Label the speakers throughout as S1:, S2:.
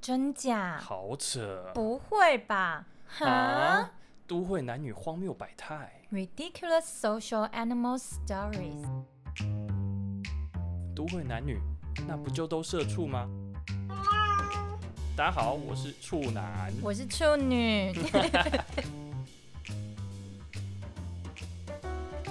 S1: 真假？
S2: 好扯
S1: 啊不会吧？哈
S2: 啊！都会男女荒谬百态，
S1: ，Ridiculous social animal stories。
S2: 都会男女那不就都社畜吗？大家好，我是处男。
S1: 我是处女。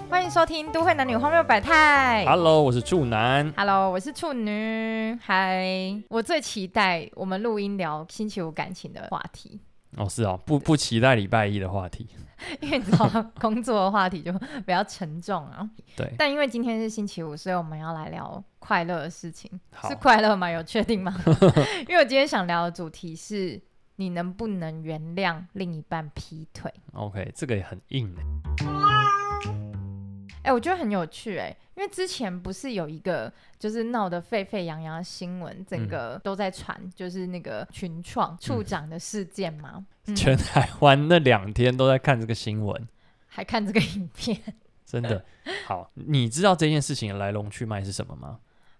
S1: 欢迎收听《都会男女荒谬百态》。
S2: Hello，我是处男。
S1: Hello，我是处女。嗨，我最期待我们录音聊星期五感情的话题，
S2: 哦，是哦，不不期待礼拜一的话题。
S1: 因为你知道工作的话题就比较沉重啊。
S2: 对，
S1: 但因为今天是星期五，所以我们要来聊快乐的事情，
S2: 好
S1: 是快乐吗？有确定吗？ 因为我今天想聊的主题是你能不能原谅另一半劈腿？
S2: ，OK，这个也很硬欸
S1: 哎、我觉得很有趣哎、因为之前不是有一个就是闹得沸沸扬扬的新闻，整
S2: 嗯
S1: 个都在传，就是那个群创处长的事件吗？嗯
S2: 全台湾那两天都在看这个新闻，
S1: 还看这个影片，
S2: 真的。好，你知道这件事情的来龙去脉是什么吗？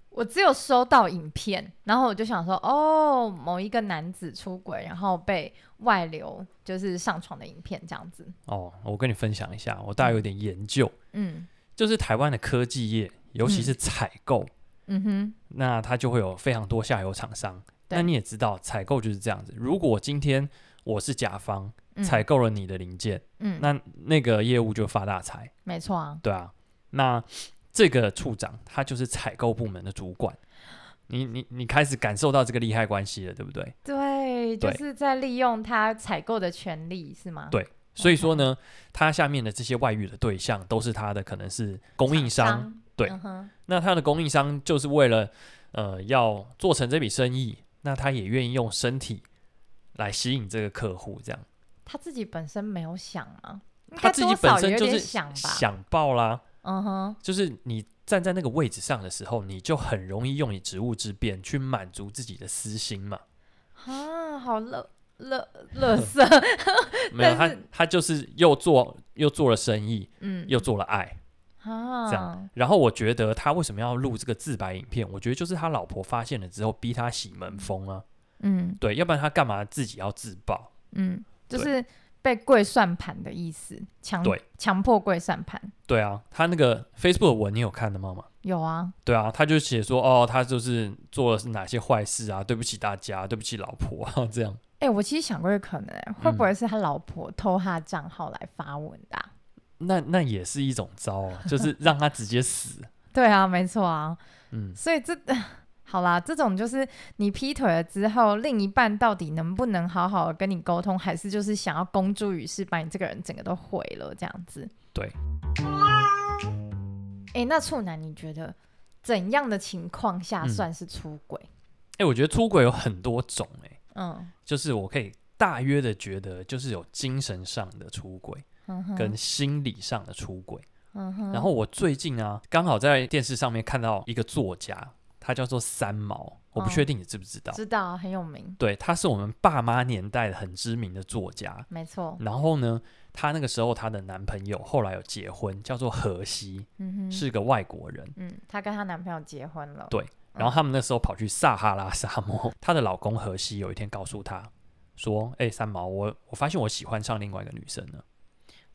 S1: 我只有收到影片，然后我就想说，哦，某一个男子出轨，然后被外流，就是上床的影片这样子。
S2: 哦，我跟你分享一下，我大概有点研究，
S1: 嗯
S2: 就是台湾的科技业，尤其是采购，
S1: 嗯哼，
S2: 那它就会有非常多下游厂商。
S1: 对
S2: 那你也知道，采购就是这样子。如果今天我是甲方，
S1: 嗯
S2: 采购了你的零件，
S1: 嗯，
S2: 那那个业务就发大财，
S1: 没错啊，
S2: 对啊。那这个处长他就是采购部门的主管，你你你开始感受到这个利害关系了，对不对？
S1: 对，就
S2: 对
S1: 是在利用他采购的权利是吗？
S2: 对所以说呢，他下面的这些外遇的对象都是他的，可能是供应
S1: 厂
S2: 商，对
S1: 嗯哼，
S2: 那他的供应商就是为了呃要做成这笔生意，那他也愿意用身体来吸引这个客户，这样
S1: 他自己本身没有想吗？应
S2: 他
S1: 该
S2: 自己
S1: 多
S2: 本
S1: 少
S2: 身
S1: 有
S2: 就
S1: 点
S2: 是
S1: 想吧，
S2: 想爆啦，
S1: 嗯哼，
S2: 就是你站在那个位置上的时候，你就很容易用你职务之便去满足自己的私心 嘛。
S1: 啊，好乐 乐乐色，
S2: 没有
S1: 但
S2: 他
S1: 是，
S2: 他就是又做又做了生意，
S1: 嗯，
S2: 又做了爱。
S1: 啊，
S2: 这样然后我觉得他为什么要录这个自白影片？我觉得就是他老婆发现了之后，逼他洗门风啊，
S1: 嗯
S2: 对，要不然他干嘛自己要自爆？
S1: 嗯，就
S2: 对
S1: 是被跪算盘的意思，强
S2: 对
S1: 强迫跪算盘，
S2: 对啊，他那个 Facebook 的文你有看得到吗？
S1: 有啊，
S2: 对啊，他就写说哦，他就是做了是哪些坏事啊，对不起大家，对不起老婆啊，这样
S1: 哎、我其实想过有可能、欸，会不
S2: 嗯
S1: 会是他老婆偷他的账号来发文的、啊？
S2: 那那也是一种招啊，就是让他直接死。
S1: 对啊，没错啊，
S2: 嗯，
S1: 所以这 好啦，这种就是你劈腿了之后，另一半到底能不能好好的跟你沟通，还是就是想要公诸于世，把你这个人整个都毁了这样子？
S2: 对。
S1: 哎、那处男，你觉得怎样的情况下
S2: 嗯
S1: 算是出轨？
S2: 哎、我觉得出轨有很多种、哎，
S1: 嗯
S2: 就是我可以大约的觉得，就是有精神上的出轨
S1: 嗯哼，
S2: 跟心理上的出轨。
S1: 嗯哼，
S2: 然后我最近啊，刚好在电视上面看到一个作家，他叫做三毛，我不
S1: 哦
S2: 确定你知不知道。
S1: 知道很有名，
S2: 对，他是我们爸妈年代很知名的作家。
S1: 没错，
S2: 然后呢，她那个时候她的男朋友后来有结婚，叫做荷西，
S1: 嗯哼，，
S2: 是个外国人。
S1: 嗯，她跟她男朋友结婚了，
S2: 对然后他们那时候跑去撒哈拉沙漠，她的老公荷西有一天告诉她说：“哎、三毛，我我发现我喜欢上另外一个女生了，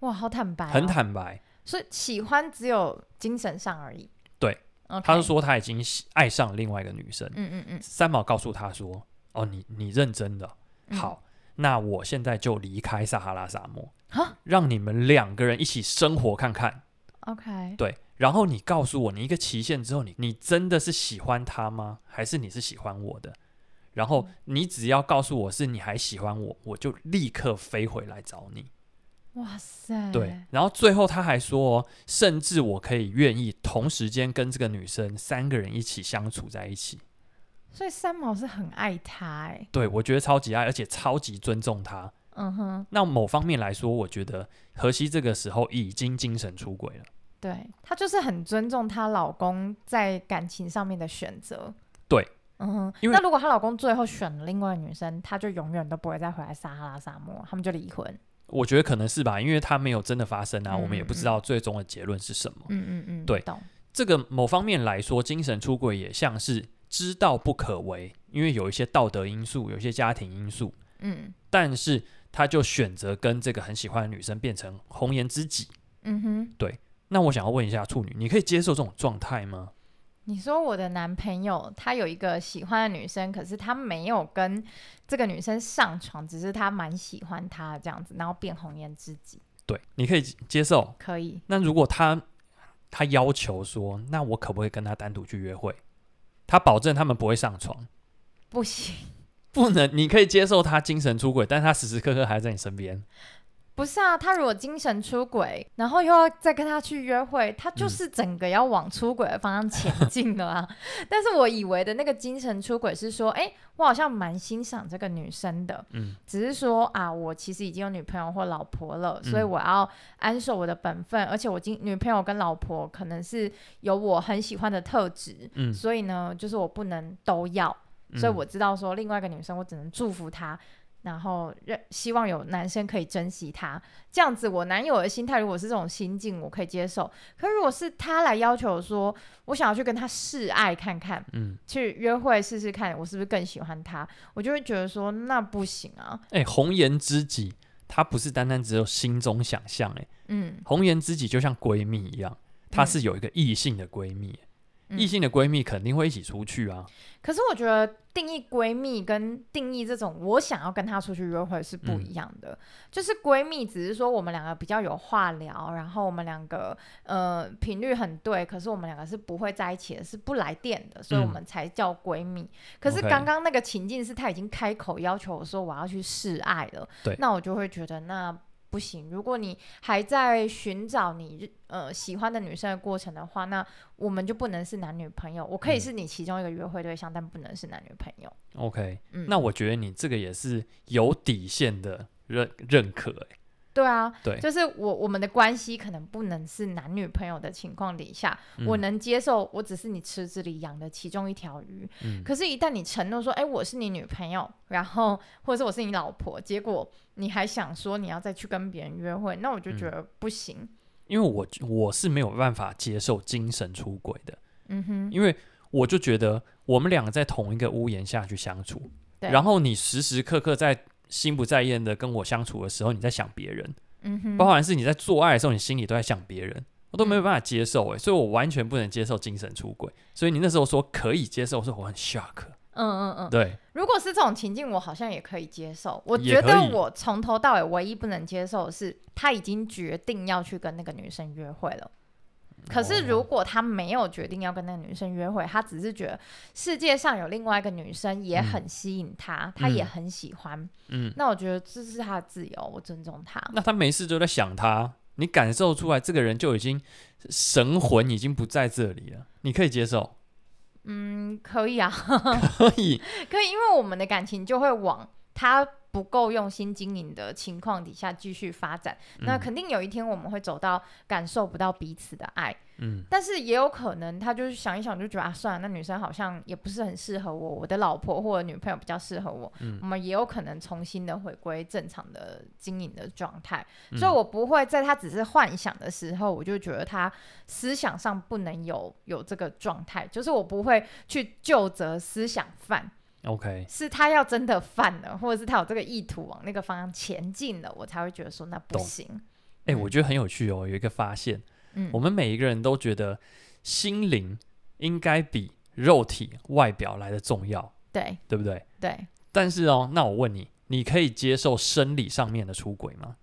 S1: 哇，好坦白、哦
S2: 很，坦白。
S1: 所以喜欢只有精神上而已，
S2: 对
S1: OK，
S2: 她就说她已经喜爱上另外一个女生。
S1: 嗯嗯嗯，
S2: 三毛告诉她说：“哦，你你认真的
S1: 嗯
S2: 好，那我现在就离开撒哈拉沙漠
S1: 啊，
S2: 让你们两个人一起生活看看。”
S1: OK，
S2: 对，然后你告诉我，你一个期限之后，你你真的是喜欢他吗？还是你是喜欢我的？然后
S1: 嗯
S2: 你只要告诉我是你还喜欢我，我就立刻飞回来找你。
S1: 哇塞，
S2: 对，，然后最后他还说、哦，甚至我可以愿意同时间跟这个女生三个人一起相处在一起。
S1: 所以三毛是很爱他、欸，
S2: 对我觉得超级爱，而且超级尊重他。
S1: 嗯哼，
S2: 那某方面来说，我觉得荷西这个时候已经精神出轨了。
S1: 对，她就是很尊重她老公在感情上面的选择，
S2: 对，
S1: 嗯哼，
S2: 因为
S1: 那如果她老公最后选了另外一个女生，她就永远都不会再回来撒哈拉沙漠，他们就离婚，
S2: 我觉得可能是吧，因为他没有真的发生啊，我们也不
S1: 嗯
S2: 知
S1: 嗯
S2: 道最终的结论是什么。
S1: 嗯嗯嗯，
S2: 对
S1: 懂，
S2: 这个某方面来说，精神出轨也像是知道不可为，因为有一些道德因素，有一些家庭因素，
S1: 嗯
S2: 但是他就选择跟这个很喜欢的女生变成红颜知己。
S1: 嗯哼，
S2: 那我想要问一下处女，你可以接受这种状态吗？
S1: 你说我的男朋友他有一个喜欢的女生，可是他没有跟这个女生上床，只是他蛮喜欢她这样子，然后变红颜知己，
S2: 对，你可以接受。
S1: 可以
S2: 那如果他他要求说，那我可不可以跟他单独去约会？他保证他们不会上床，
S1: 不行？
S2: 不能。你可以接受他精神出轨，但他时时刻刻还在你身边。
S1: 不是啊，他如果精神出轨，然后又要再跟他去约会，他就
S2: 嗯
S1: 是整个要往出轨的方向前进了 啊。但是我以为的那个精神出轨是说，哎、我好像蛮欣赏这个女生的，
S2: 嗯，
S1: 只是说啊，我其实已经有女朋友或老婆了，所以
S2: 嗯
S1: 我要安守我的本分，而且我今女朋友跟老婆可能是有我很喜欢的特质，
S2: 嗯
S1: 所以呢，就是我不能都要，
S2: 嗯
S1: 所以我知道说另外一个女生，我只能祝福她，然后让希望有男生可以珍惜她。这样子，我男友的心态如果是这种心境，我可以接受。可如果是他来要求说，我想要去跟他示爱看看，
S2: 嗯，
S1: 去约会试试看，我是不是更喜欢他，我就会觉得说那不行啊。
S2: 哎、红颜知己，它不是单单只有心中想象，哎，
S1: 嗯，
S2: 红颜知己就像闺蜜一样，它是有一个异性的闺蜜，哎
S1: 嗯
S2: 异、性的闺蜜肯定会一起出去啊。
S1: 可是我觉得定义闺蜜跟定义这种我想要跟她出去约会是不一样的。就是闺蜜只是说我们两个比较有话聊，然后我们两个呃频率很对，可是我们两个是不会在一起的，是不来电的，所以我们才叫闺蜜。可是
S2: OK
S1: 刚刚那个情境是她已经开口要求我说我要去示爱了，
S2: 对
S1: 那我就会觉得那。不行，如果你还在寻找你呃喜欢的女生的过程的话，那我们就不能是男女朋友。我可以
S2: 嗯
S1: 是你其中一个约会对象，但不能是男女朋友。
S2: OK，、
S1: 嗯
S2: 那我觉得你这个也是有底线的认认可、哎，
S1: 对啊，
S2: 对
S1: 就是我我们的关系可能不能是男女朋友的情况底下，我
S2: 嗯
S1: 能接受，我只是你池子里养的其中一条鱼。
S2: 嗯
S1: 可是，一旦你承诺说，哎、我是你女朋友，然后或者是我是你老婆，结果你还想说你要再去跟别人约会，那我就觉得不行。
S2: 因为我我是没有办法接受精神出轨的，
S1: 嗯哼，
S2: 因为我就觉得我们两个在同一个屋檐下去相处，
S1: 对
S2: 然后你时时刻刻在心不在焉的跟我相处的时候，你在想别人，
S1: 嗯哼，
S2: 包含是你在做爱的时候，你心里都在想别人，我都没有办法接受诶、所以我完全不能接受精神出轨。所以你那时候说可以接受，我说我很 shock，
S1: 嗯嗯嗯。
S2: 对，
S1: 如果是这种情境，我好像也可以接受。我
S2: 也
S1: 觉
S2: 可
S1: 得
S2: 以
S1: 我从头到尾唯一不能接受的是，他已经决定要去跟那个女生约会了。可是如果他没有决定要跟那个女生约会，他只是觉得世界上有另外一个女生也很吸引他，他也
S2: 嗯
S1: 很喜欢。
S2: 嗯，
S1: 那我觉得这是他的自由，我尊重他。
S2: 那他没事就在想他，你感受出来这个人就已经神魂已经不在这里了，你可以接受，
S1: 嗯，可以啊，
S2: 可 以，
S1: 可以，因为我们的感情就会往他不够用心经营的情况底下继续发展。那
S2: 嗯
S1: 肯定有一天我们会走到感受不到彼此的爱。
S2: 嗯
S1: 但是也有可能，他就是想一想就觉得啊，算了，那女生好像也不是很适合我，我的老婆或者女朋友比较适合我，
S2: 嗯
S1: 我们也有可能重新的回归正常的经营的状态。
S2: 嗯
S1: 所以我不会在他只是幻想的时候，我就觉得他思想上不能有有这个状态，就是我不会去就责思想犯，
S2: ，OK。
S1: 是他要真的犯了，或者是他有这个意图往那个方向前进了，我才会觉得说那不
S2: 懂
S1: 行。
S2: 哎、
S1: 嗯
S2: 我觉得很有趣哦，有一个发现，
S1: 嗯
S2: 我们每一个人都觉得心灵应该比肉体外表来的重要，
S1: 对
S2: 对不对？
S1: 对，
S2: 但是哦，那我问你，你可以接受生理上面的出轨吗？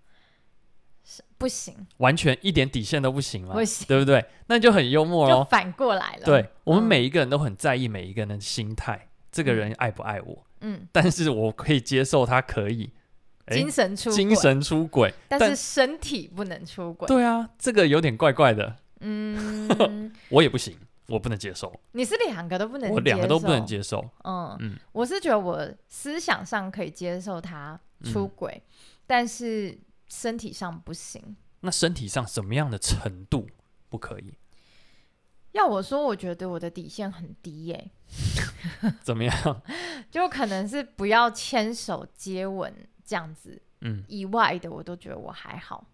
S1: 是不行，
S2: 完全一点底线都不行吗
S1: 不？行，
S2: 对不对？那就很幽默
S1: 就
S2: 哦。
S1: 反过来了。
S2: 对我们
S1: 嗯
S2: 每一个人都很在意每一个人的心态，这个人爱不爱我？
S1: 嗯，
S2: 但是我可以接受他可以，哎
S1: 精神出轨，
S2: 精神出轨，
S1: 但
S2: 但
S1: 是身体不能出轨。
S2: 对啊，这个有点怪怪的，
S1: 嗯，
S2: 我也不行，我不能接受，
S1: 你是两个都不能，
S2: 我两个都不能。接受。
S1: 嗯
S2: 嗯
S1: 我是觉得我思想上可以接受他出轨，
S2: 嗯
S1: 但是身体上不行。
S2: 那身体上什么样的程度不可以？
S1: 要我说，我觉得我的底线很低耶、
S2: 怎 么样？
S1: 就可能是不要牵手、接吻这样子
S2: 嗯，
S1: 以外的，我都觉得我还好，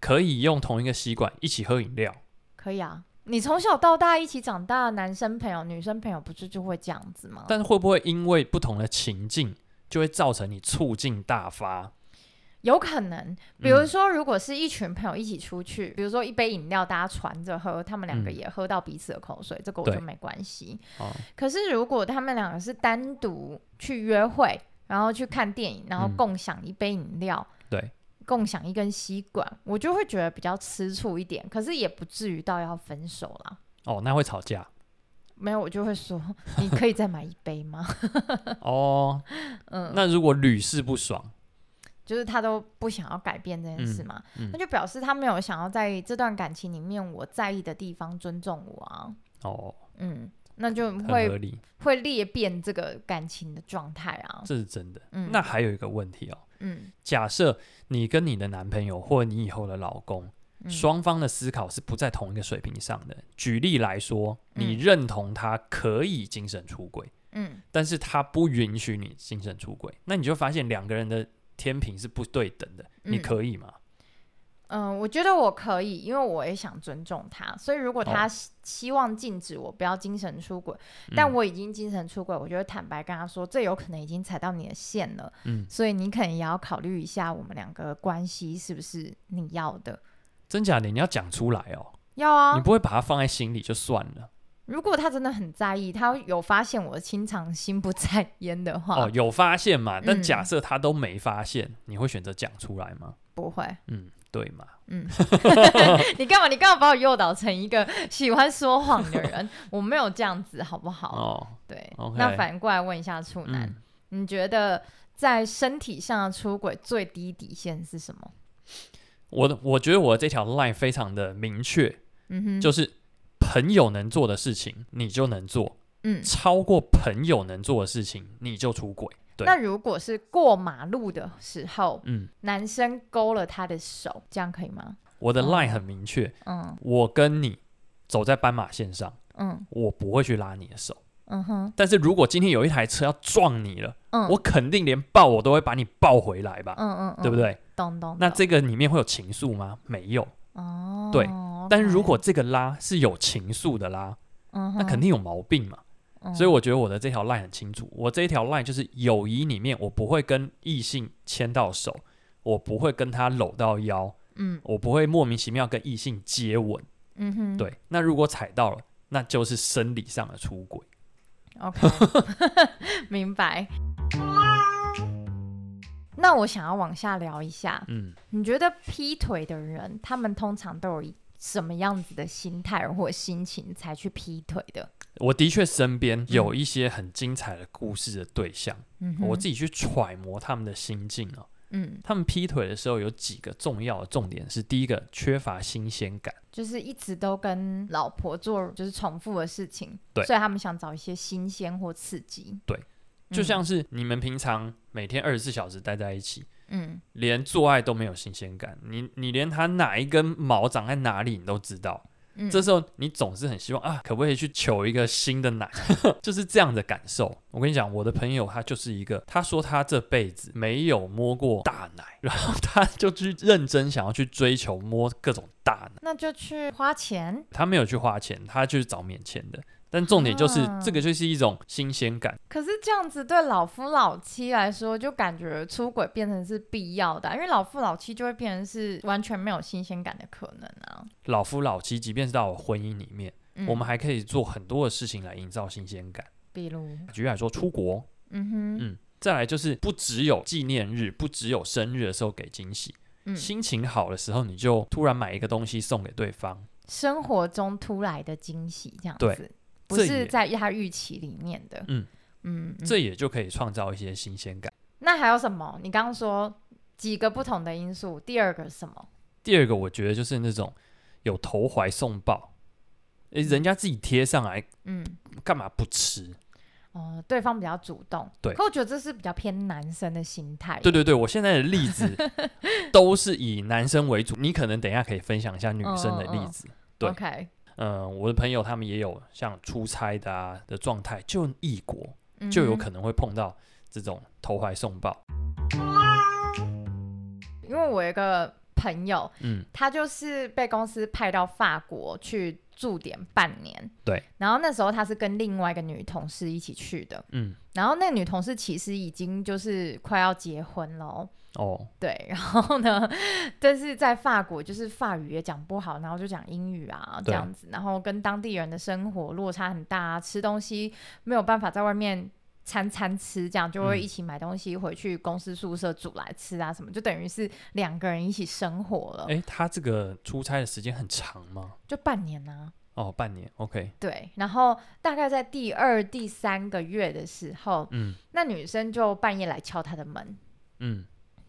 S2: 可以用同一个吸管一起喝饮料，
S1: 可以啊。你从小到大一起长大的男生朋友、女生朋友，不是就会这样子吗？
S2: 但是会不会因为不同的情境，就会造成你醋劲大发？
S1: 有可能，比如说，如果是一群朋友一起出去，比如说一杯饮料大家传着喝，他们两个
S2: 嗯
S1: 也喝到彼此的口水，这个我
S2: 对
S1: 就没关系。
S2: 哦，
S1: 可是如果他们两个是单独去约会，然后去看电影，然后
S2: 嗯
S1: 共享一杯饮料，
S2: 对，
S1: 共享一根吸管，我就会觉得比较吃醋一点。可是也不至于到要分手啦。
S2: 哦，那会吵 架
S1: 没有，我就会说，你可以再买一杯吗？
S2: 哦。
S1: 嗯，
S2: 那如果屡试不爽，
S1: 就是他都不想要改变这件事嘛，
S2: 嗯嗯
S1: 那就表示他没有想要在这段感情里面我在意的地方尊重我啊，
S2: 哦，
S1: 嗯，那就
S2: 很合
S1: 会
S2: 理，
S1: 会裂变这个感情的状态啊，
S2: 这是真的。
S1: 嗯
S2: 那还有一个问题哦，
S1: 嗯，
S2: 假设你跟你的男朋友或你以后的老公，
S1: 嗯
S2: 双方的思考是不在同一个水平上的。举例来说，
S1: 嗯
S2: 你认同他可以精神出轨，
S1: 嗯
S2: 但是他不允许你精神出轨，那你就发现两个人的天平是不对等的。
S1: 嗯
S2: 你可以吗？
S1: 嗯、我觉得我可以，因为我也想尊重他，所以如果他
S2: 哦
S1: 希希望禁止我不要精神出轨，
S2: 嗯
S1: 但我已经精神出轨，我就会坦白跟他说，这有可能已经踩到你的线了，
S2: 嗯，
S1: 所以你可能也要考虑一下我们两个关系是不是你要的。
S2: 真假的你要讲出来哦，
S1: 要啊，
S2: 你不会把它放在心里就算了。
S1: 如果他真的很在意，他有发现我经常心不在焉的话，
S2: 哦，有发现嘛？但
S1: 嗯
S2: 假设他都没发现，你会选择讲出来吗？
S1: 不会。
S2: 嗯，对嘛？
S1: 嗯，你干嘛？你干嘛把我诱导成一个喜欢说谎的人？我没有这样子，好不好？
S2: 哦，
S1: 对
S2: OK
S1: 那反过来问一下处男，
S2: 嗯，
S1: 你觉得在身体上的出轨最低底线是什么？
S2: 我的我觉得我这条 line 非常的明确，
S1: 嗯哼，
S2: 就是朋友能做的事情你就能做，
S1: 嗯，
S2: 超过朋友能做的事情你就出轨。对
S1: 那如果是过马路的时候，
S2: 嗯，
S1: 男生勾了他的手，这样可以吗？
S2: 我的
S1: 哦
S2: line 很明确，
S1: 嗯
S2: 我跟你走在斑马线上，
S1: 嗯
S2: 我不会去拉你的手。
S1: 嗯哼，
S2: 但是如果今天有一台车要撞你了，
S1: 嗯，
S2: 我肯定连抱我都会把你抱回来吧，
S1: 嗯嗯嗯，嗯
S2: 对不？对？
S1: 懂懂。
S2: 那
S1: 懂
S2: 这个里面会有情愫吗？没有。
S1: 哦，
S2: 对
S1: OK，
S2: 但是如果这个拉是有情愫的拉，
S1: 嗯哼，
S2: 那肯定有毛病嘛。
S1: 嗯，
S2: 所以我觉得我的这条 line 很清楚，我这一条 line 就是友谊里面，我不会跟异性牵到手，我不会跟他搂到腰，
S1: 嗯
S2: 我不会莫名其妙跟异性接吻。
S1: 嗯哼，
S2: 对，那如果踩到了，那就是生理上的出轨。
S1: ，OK，明白。那我想要往下聊一下，
S2: 嗯，
S1: 你觉得劈腿的人，他们通常都有一什么样子的心态或心情才去劈腿的？
S2: 我的确身边有一些很精彩的故事的对象，
S1: 嗯哼，
S2: 我自己去揣摩他们的心境哦。
S1: 嗯，
S2: 他们劈腿的时候有几个重要的重点是：第一个，缺乏新鲜感。
S1: 就是一直都跟老婆做就是重复的事情，
S2: 对
S1: 所以他们想找一些新鲜或刺激，
S2: 对
S1: 嗯，
S2: 就像是你们平常每天二十四小时待在一起，
S1: 嗯
S2: 连做爱都没有新鲜感，你你连它哪一根毛长在哪里你都知道。
S1: 嗯，
S2: 这时候你总是很希望啊，可不可以去求一个新的奶， 就是这样的感受。我跟你讲，我的朋友他就是一个，他说他这辈子没有摸过大奶，然后他就去认真想要去追求摸各种大奶，
S1: 那就去花钱，
S2: 他没有去花钱，他就是找免钱的。但重点就是、
S1: 啊
S2: 这个就是一种新鲜感，
S1: 可是这样子对老夫老妻来说，就感觉出轨变成是必要的啊、因为老夫老妻就会变成是完全没有新鲜感的可能啊。
S2: 老夫老妻，即便是到我婚姻里面，
S1: 嗯
S2: 我们还可以做很多的事情来营造新鲜感。
S1: 比如，
S2: 举例来说，出国，
S1: 嗯哼，
S2: 嗯，再来就是不只有纪念日，不只有生日的时候给惊喜，
S1: 嗯，
S2: 心情好的时候你就突然买一个东西送给对方，
S1: 生活中突来的惊喜这样子
S2: 对，
S1: 不
S2: 这
S1: 是
S2: 也
S1: 在他预期里面的。
S2: 嗯
S1: 嗯，嗯
S2: 这也就可以创造一些新鲜感。
S1: 那还有什么？你刚刚说几个不同的因素，第二个是什么？
S2: 第二个，我觉得就是那种有投怀送抱，诶，人家自己贴上来，
S1: 嗯，
S2: 干嘛不吃？
S1: 哦，对方比较主动，
S2: 对
S1: 可我觉得这是比较偏男生的心态。
S2: 对对对，我现在的例子 都是以男生为主，你可能等一下可以分享一下女生的
S1: 嗯嗯嗯
S2: 例子。对
S1: o k
S2: 嗯，我的朋友他们也有像出差的啊的状态，就异国，
S1: 嗯
S2: 就有可能会碰到这种投怀送抱。
S1: 因为我有一个朋友，
S2: 嗯，
S1: 他就是被公司派到法国去驻点半年。
S2: 对。
S1: 然后那时候他是跟另外一个女同事一起去的，
S2: 嗯，
S1: 然后那个女同事其实已经就是快要结婚喽。
S2: 哦，
S1: 对， 然后呢，但是在法国就是法语也讲不好，然后就讲英语啊这
S2: 对
S1: 样子，然后跟当地人的生活落差很大、啊，吃东西没有办法在外面餐餐吃，这样就会
S2: 嗯
S1: 一起买东西回去公司宿舍煮来吃啊什么，就等于是两个人一起生活了，
S2: 哎，他这个出差的时间很长吗？
S1: 就半年啊。
S2: 哦，半年，OK，
S1: 对，然后大概在第二、第三个月的时候，
S2: 嗯
S1: 那女生就半夜来敲她的门，
S2: 嗯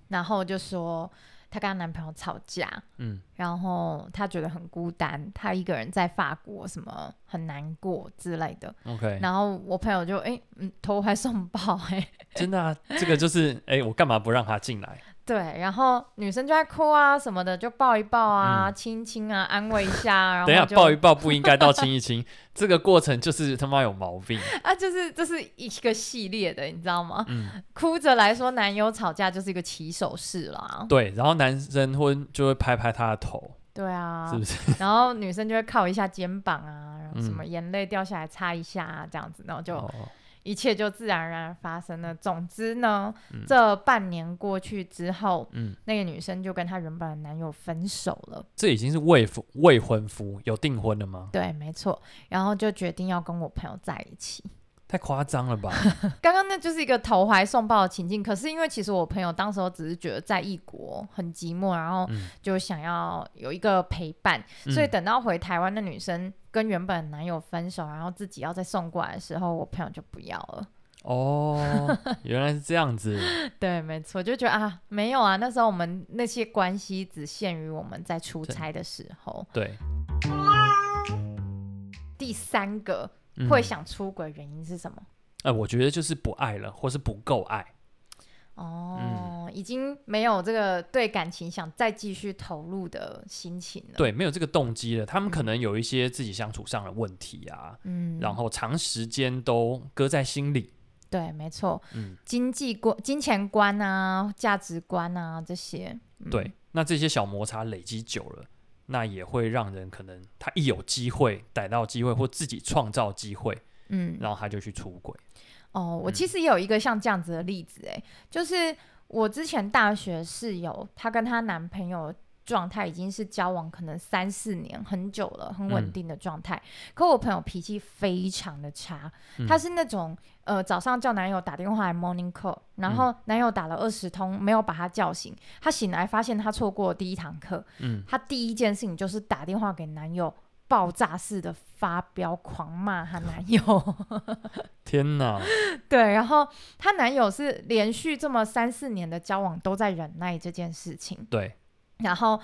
S1: 然后就说她跟她男朋友吵架，
S2: 嗯，
S1: 然后她觉得很孤单，她一个人在法国，什么很难过之类的。
S2: OK，
S1: 然后我朋友就哎、嗯，投怀送抱哎、
S2: 真的啊，这个就是哎，我干嘛不让他进来？
S1: 对，然后女生就在哭啊什么的，就抱一抱啊，
S2: 嗯
S1: 亲一亲啊，安慰一下，然后
S2: 等一下
S1: 就
S2: 抱一抱不应该到亲一亲，这个过程就是他妈有毛病。
S1: 啊，就是这是一个系列的，你知道吗？
S2: 嗯，
S1: 哭着来说，男友吵架就是一个起手式啦，
S2: 对，然后男生会就会拍拍他的头，
S1: 对啊，
S2: 是不是？
S1: 然后女生就会靠一下肩膀啊，然后什
S2: 嗯
S1: 么眼泪掉下来擦一下啊，这样子，然后就
S2: 哦
S1: 一切就自然而然发生了。总之呢，
S2: 嗯
S1: 这半年过去之后，
S2: 嗯，
S1: 那个女生就跟她原本的男友分手了。
S2: 这已经是未夫未婚夫，有订婚了吗？
S1: 对，没错。然后就决定要跟我朋友在一起。
S2: 太夸张了吧？
S1: 刚刚那就是一个投怀送抱的情境，可是因为其实我朋友当时候只是觉得在异国很寂寞，然后
S2: 嗯
S1: 就想要有一个陪伴， 所以
S2: 嗯
S1: 等到回台湾的女生跟原本男友分手，然后自己要再送过来的时候，我朋友就不要了。
S2: 哦，原来是这样子。
S1: 对，没错，就觉得啊，没有啊，那时候我们那些关系只限于我们在出差的时候。
S2: 对，
S1: 第三个
S2: 嗯
S1: 会想出轨原因是什么？
S2: 哎、我觉得就是不爱了，或是不够爱。嗯
S1: 哦，已经没有这个对感情想再继续投入的心情了。，
S2: 对，没有这个动机了。他们可能有一些自己相处上的问题啊，
S1: 嗯，
S2: 然后长时间都搁在心里。
S1: 对，没错，
S2: 嗯，
S1: 经济观、金钱观啊、价值观啊这些，嗯
S2: 对。那这些小摩擦累积久了，那也会让人可能他一有机会逮到机会，或自己创造机会，
S1: 嗯，
S2: 然后他就去出轨。
S1: 哦，我
S2: 嗯
S1: 其实也有一个像这样子的例子，哎，就是我之前大学室友，她跟她男朋友状态已经是交往可能三四年，很久了，很稳
S2: 嗯
S1: 定的状态。可我朋友脾气非常的差，
S2: 嗯
S1: 她是那种呃早上叫男友打电话来 morning call，然后男友打了二十通没有把她叫醒，她醒来发现她错过了第一堂课，
S2: 嗯，
S1: 她第一件事情就是打电话给男友。爆炸式的发飙，狂骂她男友。
S2: 天哪，
S1: 对，然后她男友是连续这么三四年的交往都在忍耐这件事情，
S2: 对，
S1: 然后，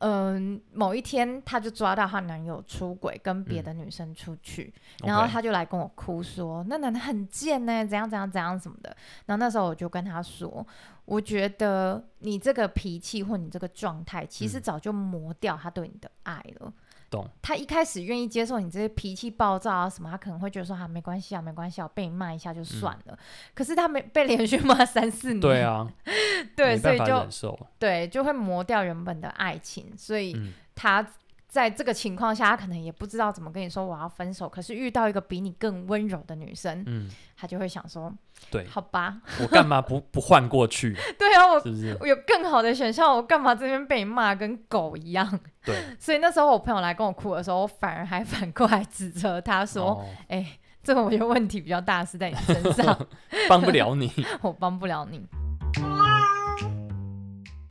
S1: 嗯、某一天她就抓到她男友出轨，跟别
S2: 嗯
S1: 的女生出去，然后
S2: OK
S1: 她就来跟我哭说，那男的很贱呢、怎样怎样怎样什么的。然后那时候我就跟她说，我觉得你这个脾气或你这个状态，其实
S2: 嗯
S1: 早就磨掉他对你的爱了。
S2: 懂
S1: 他一开始愿意接受你这些脾气暴躁啊什么，他可能会觉得说啊没关系啊没关系啊，我被你骂一下就算了。可是他没被连续骂三四年，
S2: 嗯对啊，
S1: 对，
S2: 没
S1: 所
S2: 办
S1: 以
S2: 法
S1: 就
S2: 忍受。
S1: 对就会磨掉原本的爱情，所以
S2: 嗯，
S1: 他。在这个情况下，他可能也不知道怎么跟你说我要分手。可是遇到一个比你更温柔的女生，
S2: 嗯，
S1: 他就会想说
S2: 对：“，
S1: 好吧，
S2: 我干嘛不不换过去？
S1: 对啊，我
S2: 是不 是？
S1: 我有更好的选项，我干嘛这边被你骂得跟狗一样？”
S2: 对，
S1: 所以那时候我朋友来跟我哭的时候，我反而还反过来指责他说：“
S2: 哦
S1: 哎、这个我觉得问题比较大是在你身上，
S2: 帮不了你。
S1: 我帮不了你。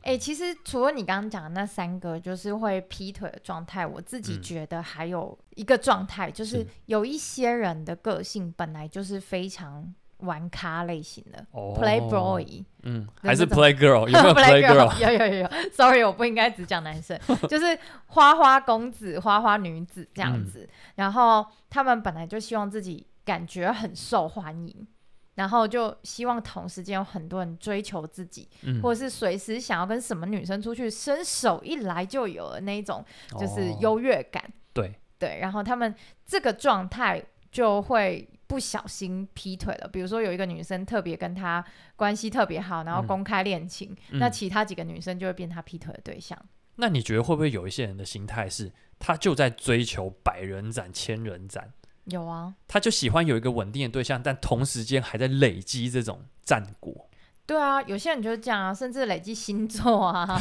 S1: 哎、其实除了你刚刚讲的那三个，就是会劈腿的状态，我自己
S2: 嗯
S1: 觉得还有一个状态，就是
S2: 是
S1: 有一些人的个性本来就是非常玩咖类型的、
S2: 哦
S1: playboy，
S2: 嗯，
S1: 有那
S2: 还是
S1: 种
S2: Play Girl 有没有
S1: Black
S2: Play Girl？
S1: 有有有有，sorry，我不应该只讲男 生，就是花花公子、花花女子这样
S2: 嗯
S1: 子。然后他们本来就希望自己感觉很受欢迎，然后就希望同时间有很多人追求自己，
S2: 嗯，
S1: 或者是随时想要跟什么女生出去，伸手一来就有的那一种，就是
S2: 哦
S1: 优越感。
S2: 对，
S1: 对，然后他们这个状态就会不小心劈腿了。比如说有一个女生特别跟他关系特别好，然后
S2: 嗯
S1: 公开恋情，那
S2: 嗯
S1: 其他几个女生就会变他劈腿的对象。
S2: 那你觉得会不会有一些人的心态是，他就在追求百人斩、千人斩，
S1: 有啊，
S2: 他就喜欢有一个稳定的对象，但同时间还在累积这种战果、
S1: 对啊，有些人就是这样啊，甚至累积星座 啊，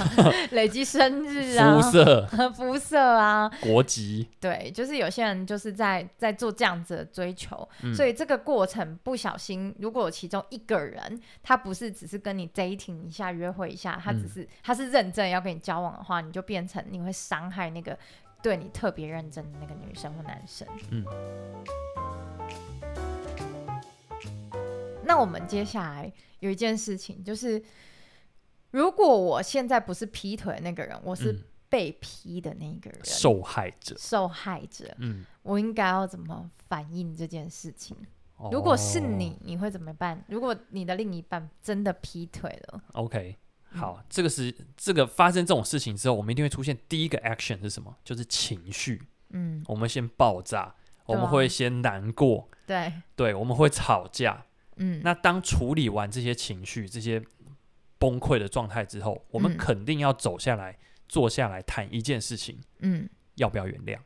S1: 累积生日啊
S2: 肤，色、
S1: 肤色啊，
S2: 国籍？
S1: 对，就是有些人就是在在做这样子的追求，
S2: 嗯
S1: 所以这个过程不小心，如果有其中一个人他不是只是跟你 dating 一下、约会一下，他只
S2: 嗯
S1: 是、他是认真要跟你交往的话，你就变成你会伤害那个对你特别认真的那个女生或男生。
S2: 嗯。
S1: 那我们接下来有一件事情，就是如果我现在不是劈腿的那个人，我是
S2: 嗯
S1: 被劈的那个人，
S2: 受害者。
S1: 受害者，
S2: 嗯，
S1: 我应该要怎么反应这件事情？
S2: 哦
S1: 如果是你，你会怎么办？如果你的另一半真的劈腿了，
S2: 哦，OK，好，
S1: 嗯
S2: 这个是这个发生这种事情之后，我们一定会出现第一个 action 是什么？就是情绪，
S1: 嗯，
S2: 我们先爆炸，我
S1: 对啊
S2: 们会先难过，
S1: 对，
S2: 对，我们会吵架。
S1: 嗯，
S2: 那当处理完这些情绪、这些崩溃的状态之后，我们
S1: 嗯
S2: 肯定要走下来、坐下来谈一件事情，
S1: 嗯
S2: 要不要原谅？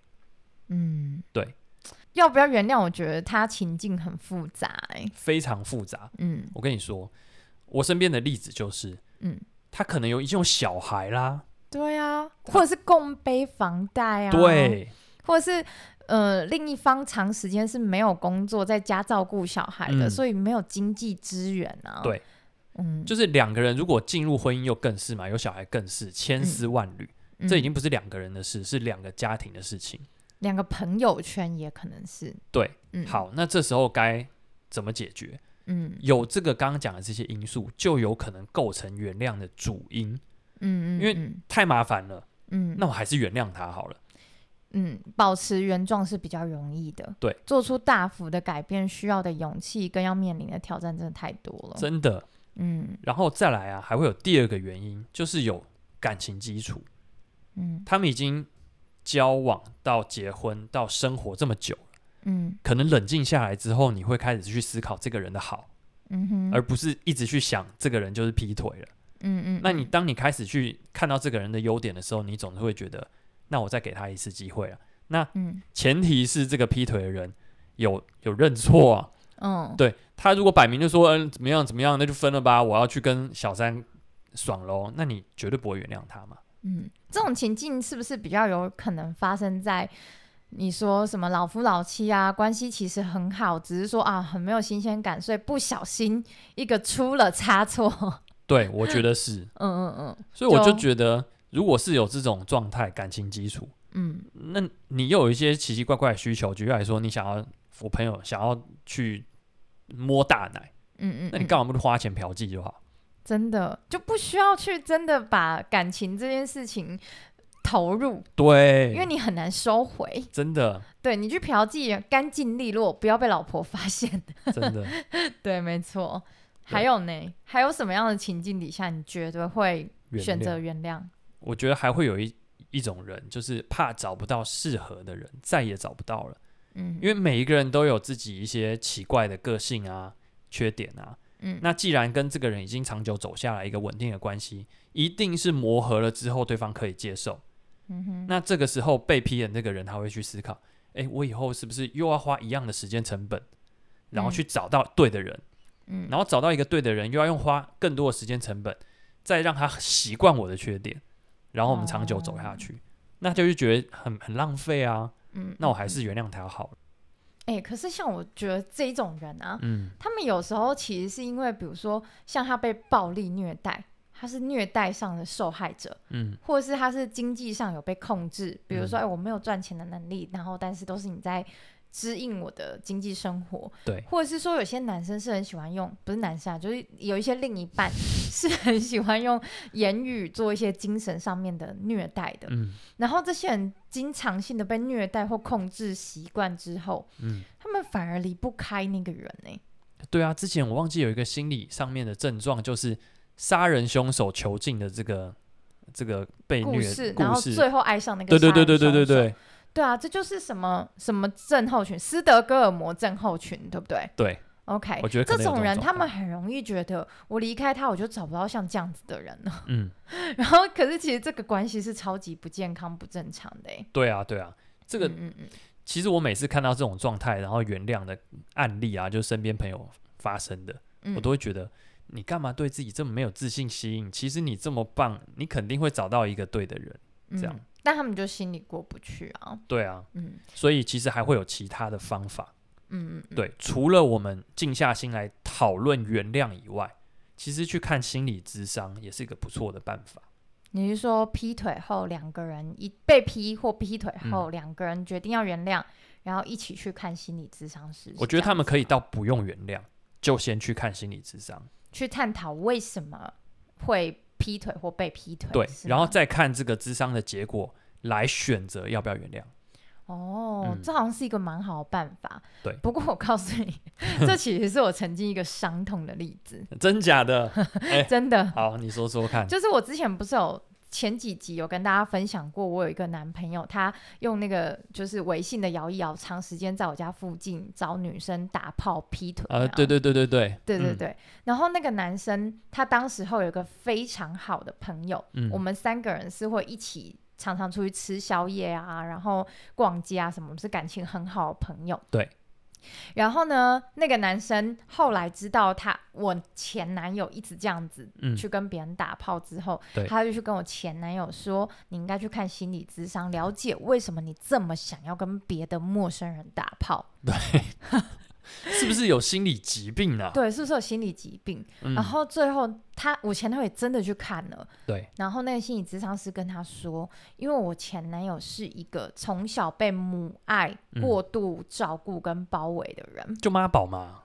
S1: 嗯，
S2: 对。
S1: 要不要原谅？我觉得他情境很复杂、欸，
S2: 非常复杂。
S1: 嗯
S2: 我跟你说，我身边的例子就是，
S1: 嗯，
S2: 他可能有一种小孩啦，
S1: 对啊，或者是共背房贷啊，，
S2: 对，
S1: 或者是呃另一方长时间是没有工作，在家照顾小孩的，
S2: 嗯
S1: 所以没有经济支援啊，
S2: 对，
S1: 嗯，
S2: 就是两个人如果进入婚姻又更是嘛，有小孩更是千丝万缕，这已
S1: 嗯
S2: 经不是两个人的事，是两个家庭的事情。
S1: 两个朋友圈也可能是，
S2: 对，
S1: 嗯，，
S2: 好，那这时候该怎么解决？
S1: 嗯
S2: 有这个刚刚讲的这些因素，就有可能构成原谅的主因。
S1: 嗯，嗯
S2: 因为
S1: 嗯
S2: 太麻烦了，
S1: 嗯，
S2: 那我还是原谅他好了。
S1: 嗯，保持原状是比较容易的。
S2: 对，
S1: 做出大幅的改变需要的勇气跟要面临的挑战真的太多了。
S2: 真的，
S1: 嗯
S2: 然后再来啊，还会有第二个原因，就是有感情基础，
S1: 嗯
S2: 他们已经交往到结婚到生活这么久了，
S1: 嗯
S2: 可能冷静下来之后，你会开始去思考这个人的好。
S1: 嗯哼，
S2: 而不是一直去想这个人就是劈腿了。
S1: 嗯嗯，
S2: 那你
S1: 嗯
S2: 当你开始去看到这个人的优点的时候，你总是会觉得，那我再给他一次机会啊。
S1: 嗯
S2: 前提是这个劈腿的人有有认错啊。
S1: 嗯
S2: 对他如果摆明就说，嗯，怎么样怎么样，那就分了吧，我要去跟小三爽喽，那你绝对不会原谅他嘛。
S1: 嗯，这种情境是不是比较有可能发生在？你说什么老夫老妻啊，关系其实很好，只是说啊很没有新鲜感，所以不小心一个出了差错，
S2: 对，我觉得是，
S1: 嗯嗯嗯
S2: 所以我就
S1: 就
S2: 觉得，如果是有这种状态，感情基础，
S1: 嗯
S2: 那你又有一些奇奇怪怪的需求，举例来说，你想要我朋友想要去摸大奶，
S1: 嗯 嗯，
S2: 那你
S1: 嗯
S2: 干嘛不花钱嫖妓就好？
S1: 真的就不需要去真的把感情这件事情投入，
S2: 对，
S1: 因为你很难收回。
S2: 真的
S1: 对你去嫖妓，干净利落，不要被老婆发现。
S2: 真 的，
S1: 对，没错。
S2: 对
S1: 还有呢，还有什么样的情境底下你绝对会
S2: 原
S1: 选择
S2: 谅
S1: 原谅？
S2: 我觉得还会有一一种人，就是怕找不到适合的人，再也找不到了。
S1: 嗯，
S2: 因为每一个人都有自己一些奇怪的个性啊、缺点啊。
S1: 嗯
S2: 那既然跟这个人已经长久走下来一个稳定的关系，一定是磨合了之后，对方可以接受。
S1: 嗯哼，
S2: 那这个时候被批的那个人，他会去思考：诶，我以后是不是又要花一样的时间成本，然后
S1: 嗯
S2: 去找到对的人？
S1: 嗯
S2: 然后找到一个对的人，又要用花更多的时间成本，再让他习惯我的缺点，然后我们长久走下
S1: 哦
S2: 去，那就就觉得很很浪费啊。
S1: 嗯，
S2: 那我还是原谅他好了。
S1: 哎、可是像我觉得这一种人啊，
S2: 嗯，
S1: 他们有时候其实是因为，比如说像他被暴力虐待，他是虐待上的受害者，
S2: 嗯，
S1: 或者是他是经济上有被控制，比如说、
S2: 嗯
S1: 哎我没有赚钱的能力，然后但是都是你在支应我的经济生活，
S2: 对
S1: 或者是说有些男生是很喜欢用，不是男生啊，就是有一些另一 半是很喜欢用言语做一些精神上面的虐待的，
S2: 嗯
S1: 然后这些人经常性的被虐待或控制习惯之后，
S2: 嗯，
S1: 他们反而离不开那个人欸呢、
S2: 对啊，之前我忘记有一个心理上面的症状，就是杀人凶手囚禁的这个这个被
S1: 故
S2: 虐
S1: 事，然
S2: 故
S1: 后
S2: 事，
S1: 最后爱上那个
S2: 对对
S1: 杀
S2: 对
S1: 人
S2: 对对对
S1: 凶手
S2: 对
S1: 对啊，这就是什么什么症候群，斯德哥尔摩症候群，对不对？
S2: 对，
S1: OK，
S2: 我觉得可
S1: 这
S2: 能有
S1: 种人
S2: 状
S1: 他们
S2: 况
S1: 很容易觉得我离开他，我就找不到像这样子的人了。
S2: 嗯，
S1: 然后，可是其实这个关系是超级不健康、不正常的欸。
S2: 对啊，对啊，这
S1: 这
S2: 个
S1: 嗯嗯
S2: 其实我每次看到这种状态，然后原谅的案例啊，就身边朋友发生的，
S1: 嗯，
S2: 我都会觉得你干嘛对自己这么没有自信心？其实你这么棒，你肯定会找到一个对的人。这样
S1: 嗯，但他们就心里过不去啊。
S2: 对啊，
S1: 嗯
S2: 所以其实还会有其他的方法。
S1: 嗯嗯，
S2: 对，除了我们静下心来讨论原谅以外，其实去看心理智商也是一个不错的办法。
S1: 你是说劈腿后两个人一被劈或劈腿
S2: 嗯
S1: 后两个人决定要原谅，然后一起去看心理咨商师？
S2: 我
S1: 是
S2: 觉得
S1: 这
S2: 他
S1: 样
S2: 们
S1: 子啊
S2: 可以
S1: 吗
S2: 到不用原谅，就先去看心理智商。
S1: 去探讨为什么会劈腿或被劈腿。
S2: 对，
S1: 是
S2: 然后
S1: 吗
S2: 再看这个智商的结果来选择要不要原谅。
S1: 哦，
S2: 嗯
S1: 这好像是一个蛮好的办法。
S2: 对
S1: 不过我告诉 你，这其实是我曾经一个伤痛的例子，
S2: 真 假的？
S1: 真的。
S2: 好，你说说看。
S1: 就是我之前不是有前几集有跟大家分享过，我有一个男朋友，他用那个就是微信的摇一摇，长时间在我家附近找女生打炮劈腿。
S2: 呃，对
S1: 对。
S2: 对对对对，
S1: 对对
S2: 嗯，
S1: 对，然后那个男生他当时候有一个非常好的朋友，
S2: 嗯
S1: 我们三个人是会一起常常出去吃宵夜啊，然后逛街啊什么，我们是感情很好的朋友。
S2: 对。
S1: 然后呢，那个男生后来知道他我前男友一直这样子
S2: 嗯
S1: 去跟别人打炮之后，
S2: 对
S1: 他就去跟我前男友说：“你应该去看心理咨商，了解为什么你这么想要跟别的陌生人打炮。
S2: 是不是有心理疾病啊？
S1: 对，是不是有心理疾病？”
S2: 嗯
S1: 然后最后他，我前男友也真的去看了，
S2: 对，
S1: 然后那个心理咨商师跟他说，因为我前男友是一个从小被母爱
S2: 嗯
S1: 过度照顾跟包围的人，
S2: 就妈宝嘛。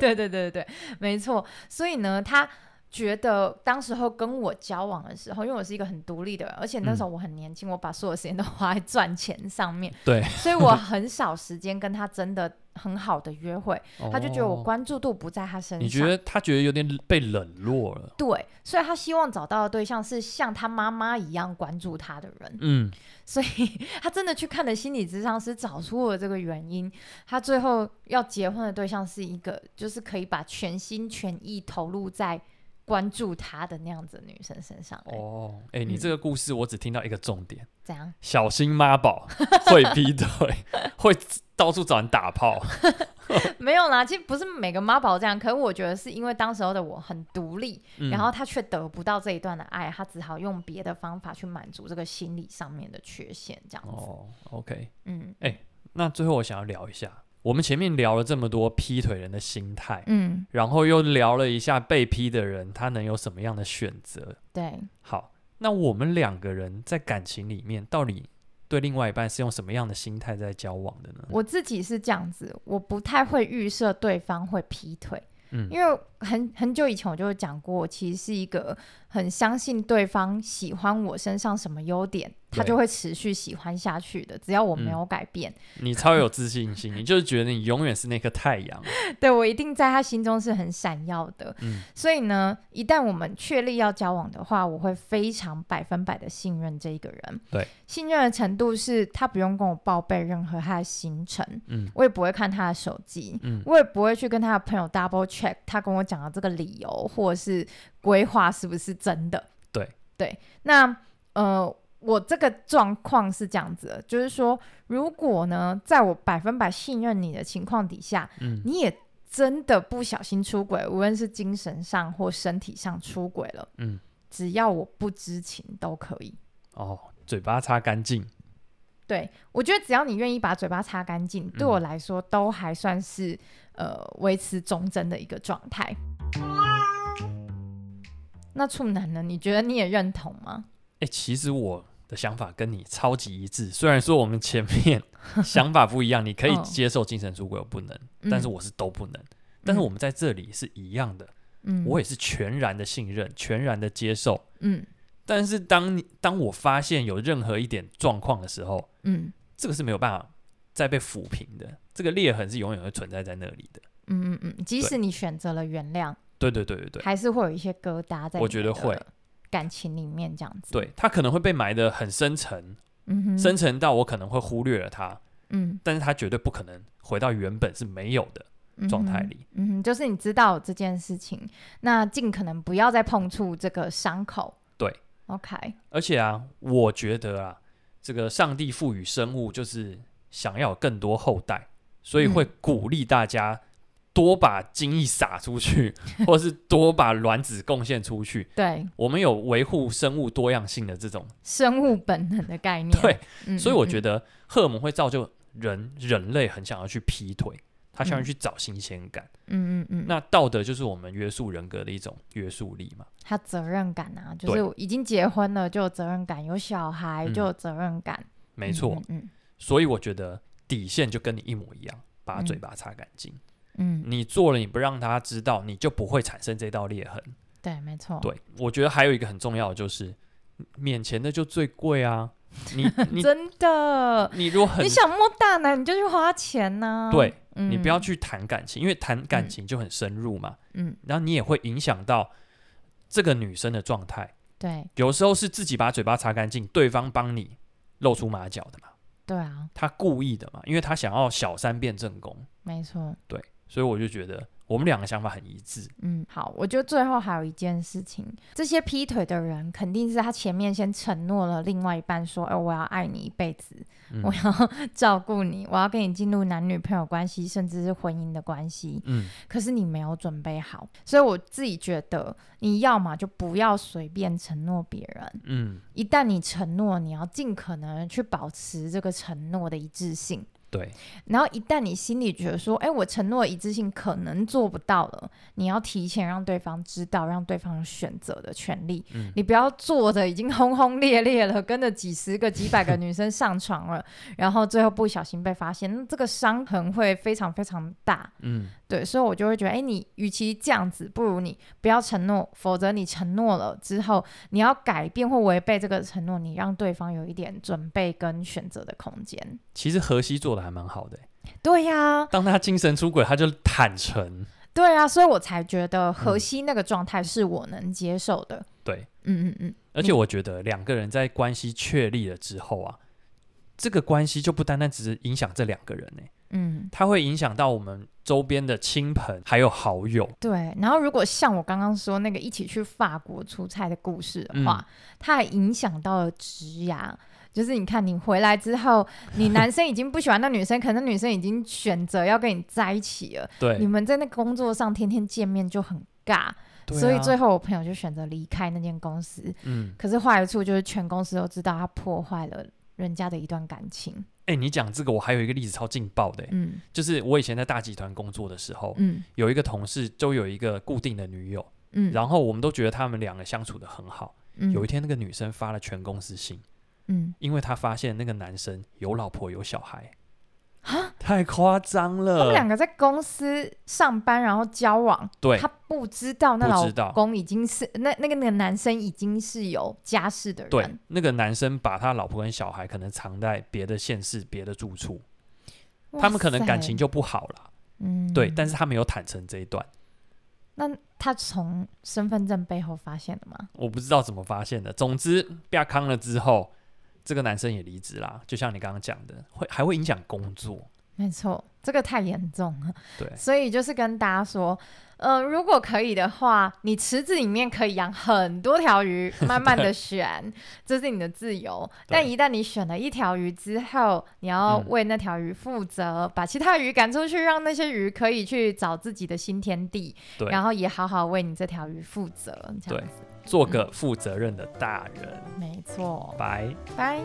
S1: 对对对对对，没错，所以呢，他。觉得当时候跟我交往的时候，因为我是一个很独立的人，而且那时
S2: 嗯
S1: 候我很年轻，我把所有时间都花在赚钱上面，
S2: 对，
S1: 所以我很少时间跟他真的很好的约会。他就觉得我
S2: 哦
S1: 关注度不在他身上，
S2: 你觉得他觉得有点被冷落了？
S1: 对，所以他希望找到的对象是像他妈妈一样关注他的人，
S2: 嗯，
S1: 所以他真的去看了心理咨商师，找出了这个原因。他最后要结婚的对象是一个，就是可以把全心全意投入在关注他的那样子的女生身上、欸。
S2: 哦，哎，你
S1: 嗯
S2: 这个故事我只听到一个重点：
S1: 怎样？
S2: 小心妈宝，会劈腿， 会到处找人打炮。
S1: 没有啦，其实不是每个妈宝这样，可是我觉得是因为当时候的我很独立，
S2: 嗯
S1: 然后他却得不到这一段的爱，他只好用别的方法去满足这个心理上面的缺陷，这样子。
S2: 哦，OK，
S1: 嗯
S2: 那最后我想要聊一下，我们前面聊了这么多劈腿人的心态，
S1: 嗯，
S2: 然后又聊了一下被劈的人他能有什么样的选择。
S1: 对。
S2: 好，那我们两个人在感情里面到底对另外一半是用什么样的心态在交往的呢？
S1: 我自己是这样子，我不太会预设对方会劈腿，
S2: 嗯
S1: 因为很很久以前我就有讲过，我其实是一个很相信对方喜欢我身上什么优点，他
S2: 对嗯
S1: 就会持续喜欢下去的，只要我没有改变，
S2: 你超有自信心，你就是觉得你永远是那颗太阳。
S1: 对我一定在他心中是很闪耀的。
S2: 嗯
S1: 所以呢，一旦我们确立要交往的话，我会非常百分百的信任这一个人。
S2: 对，
S1: 信任的程度是他不用跟我报备任何他的行程，
S2: 嗯
S1: 我也不会看他的手机，
S2: 嗯
S1: 我也不会去跟他的朋友 double check 他跟我讲的这个理由或者是规划是不是真的。
S2: 对
S1: 对，那呃，我这个状况是这样子的，就是说，如果呢，在我百分百信任你的情况底下，
S2: 嗯
S1: 你也真的不小心出轨，无论是精神上或身体上出轨了，
S2: 嗯，
S1: 只要我不知情都可以。
S2: 哦，嘴巴擦干净。
S1: 对，我觉得只要你愿意把嘴巴擦干净，对
S2: 嗯
S1: 我来说都还算是呃维持忠贞的一个状态。那处男呢？你觉得你也认同吗？
S2: 哎、其实我的想法跟你超级一致，虽然说我们前面 想法不一样，你可以
S1: 嗯
S2: 接受精神出轨，我不能，但是
S1: 嗯
S2: 我是都不能。但是我们在这里是一样的，
S1: 嗯，
S2: 我也是全然的信任，全然的接受。
S1: 嗯
S2: 但是当你当我发现有任何一点状况的时候，
S1: 嗯
S2: 这个是没有办法再被抚平的，这个裂痕是永远会存在在那里的。
S1: 嗯嗯嗯，即
S2: 对
S1: 使你选择了原谅，
S2: 对对对对对，
S1: 还是会有一些疙瘩在。
S2: 我觉得会
S1: 感情里面这样子。，
S2: 对，它可能会被埋得很深沉，
S1: 嗯哼，
S2: 深沉到我可能会忽略了它，
S1: 嗯
S2: 但是它绝对不可能回到原本是没有的。状态里。
S1: 嗯哼，就是你知道这件事情，那尽可能不要再碰触这个伤口。
S2: 对
S1: ，OK，
S2: 而且啊，我觉得啊，这个上帝赋予生物就是想要有更多后代，所以会
S1: 嗯
S2: 鼓励大家多把精液撒出去， 或是多把卵子贡献出去。
S1: 对，
S2: 我们有维护生物多样性的这种，
S1: 生物本能的概念。
S2: 对，
S1: 嗯，
S2: 所以我
S1: 嗯
S2: 觉
S1: 嗯
S2: 得荷尔蒙会造就人人类很想要去劈腿，他想要去找新鲜感。
S1: 嗯嗯嗯，
S2: 那道德就是我们约束人格的一种约束力嘛。
S1: 他责任感啊，就
S2: 对
S1: 是已经结婚了就有责任感，有小孩就
S2: 嗯
S1: 有责任感。
S2: 没错，
S1: 嗯，
S2: 所以我觉得底线就跟你一模一样，把
S1: 嗯
S2: 嘴巴擦干净。
S1: 嗯嗯嗯，
S2: 你做了，你不让他知道，你就不会产生这道裂痕。
S1: 对，没错。
S2: 对，我觉得还有一个很重要的就是，免钱的就最贵 啊。你你
S1: 真的，
S2: 你如果很
S1: 你想摸大奶，你就去花钱呐、
S2: 对，
S1: 嗯
S2: 你不要，去谈感情，因为谈感情就很深入嘛，
S1: 嗯，
S2: 然后你也会影响到这个女生的状态。
S1: 对
S2: 有时候是自己把嘴巴擦干净，对方帮你露出马脚的嘛，
S1: 对啊，
S2: 他故意的嘛，因为他想要小三变正宫。
S1: 没错。
S2: 对，所以我就觉得我们两个想法很一致。
S1: 嗯，好，我觉得最后还有一件事情，这些劈腿的人肯定是他前面先承诺了另外一半说，哎、我要爱你一辈子，
S2: 嗯
S1: 我要 照顾你，我要跟你进入男女朋友关系，甚至是婚姻的关系，
S2: 嗯，
S1: 可是你没有准备好，所以我自己觉得，你要嘛就不要随便承诺别人，
S2: 嗯，
S1: 一旦你承诺，你要尽可能去保持这个承诺的一致性。
S2: 对，
S1: 然后一旦你心里觉得说，哎，我承诺的一致性可能做不到了，你要提前让对方知道，让对方有选择的权利。
S2: 嗯
S1: 你不要做的已经轰轰烈烈了，跟着几十个、几百个女生上床了，然后最后不小心被发现，那这个伤痕会非常非常大。
S2: 嗯，
S1: 对，所以我就会觉得，哎，你与其这样子，不如你不要承诺，否则你承诺了之后，你要改变或违背这个承诺，你让对方有一点准备跟选择的空间。
S2: 其实荷西做的还蛮好的欸、
S1: 对呀、
S2: 当他精神出轨，他就坦诚。
S1: 对啊，所以我才觉得荷西那个状态是我能接受的。
S2: 嗯对，
S1: 嗯嗯嗯，
S2: 而且我觉得两个人在关系确立了之后啊，这个关系就不单单只是影响这两个人呢、
S1: 嗯，
S2: 它会影响到我们周边的亲朋还有好友。
S1: 对。然后如果像我刚刚说那个一起去法国出差的故事的话，
S2: 嗯
S1: 它还影响到了职涯。就是你看，你回来之后，你男生已经不喜欢那女生，可能那女生已经选择要跟你在一起了。
S2: 对，
S1: 你们在那个工作上天天见面就很尬，
S2: 对啊
S1: 所以最后我朋友就选择离开那间公司。
S2: 嗯，
S1: 可是坏处就是全公司都知道他破坏了人家的一段感情。
S2: 哎、你讲这个，我还有一个例子超劲爆的欸、
S1: 嗯
S2: 就是我以前在大集团工作的时候，
S1: 嗯。
S2: 有一个同事就有一个固定的女友，
S1: 嗯，
S2: 然后我们都觉得他们两个相处的很好。
S1: 嗯
S2: 有一呃天，那个女生发了全公司信，
S1: 嗯
S2: 因为她发现那个男生有老婆有小孩，
S1: 啊，
S2: 太夸张
S1: 他们两
S2: 了。
S1: 个在公司上班，然后交往，
S2: 对
S1: 他不知道那
S2: 不
S1: 老
S2: 知道
S1: 公已经是那那个那个男生已经是有家室的
S2: 对
S1: 人，，
S2: 那个男生把他老婆跟小孩可能藏在别的县市、别的住处，
S1: 哇
S2: 他们可能感情
S1: 塞
S2: 就不好了。
S1: 嗯
S2: 对，但是他没有坦诚这一段，
S1: 那他从身份证背后发现的吗？
S2: 我不知道怎么发现的。总之，被他康了之后，这个男生也离职啦。就像你刚刚讲的，会还会影响工作。
S1: 没错，这个太严重了，
S2: 对，
S1: 所以就是跟大家说。呃，如果可以的话，你池子里面可以养很多条鱼，慢慢的选，这是你的自由。
S2: 对
S1: 但一旦你选了一条鱼之后，你要
S2: 嗯
S1: 为那条鱼负责，把其他鱼赶出去，让那些鱼可以去找自己的新天地，
S2: 对
S1: 然后也好好为你这条鱼负责，这
S2: 对
S1: 样子。
S2: 做
S1: 嗯
S2: 个负责任的大人。
S1: 没错，
S2: 拜。
S1: 拜。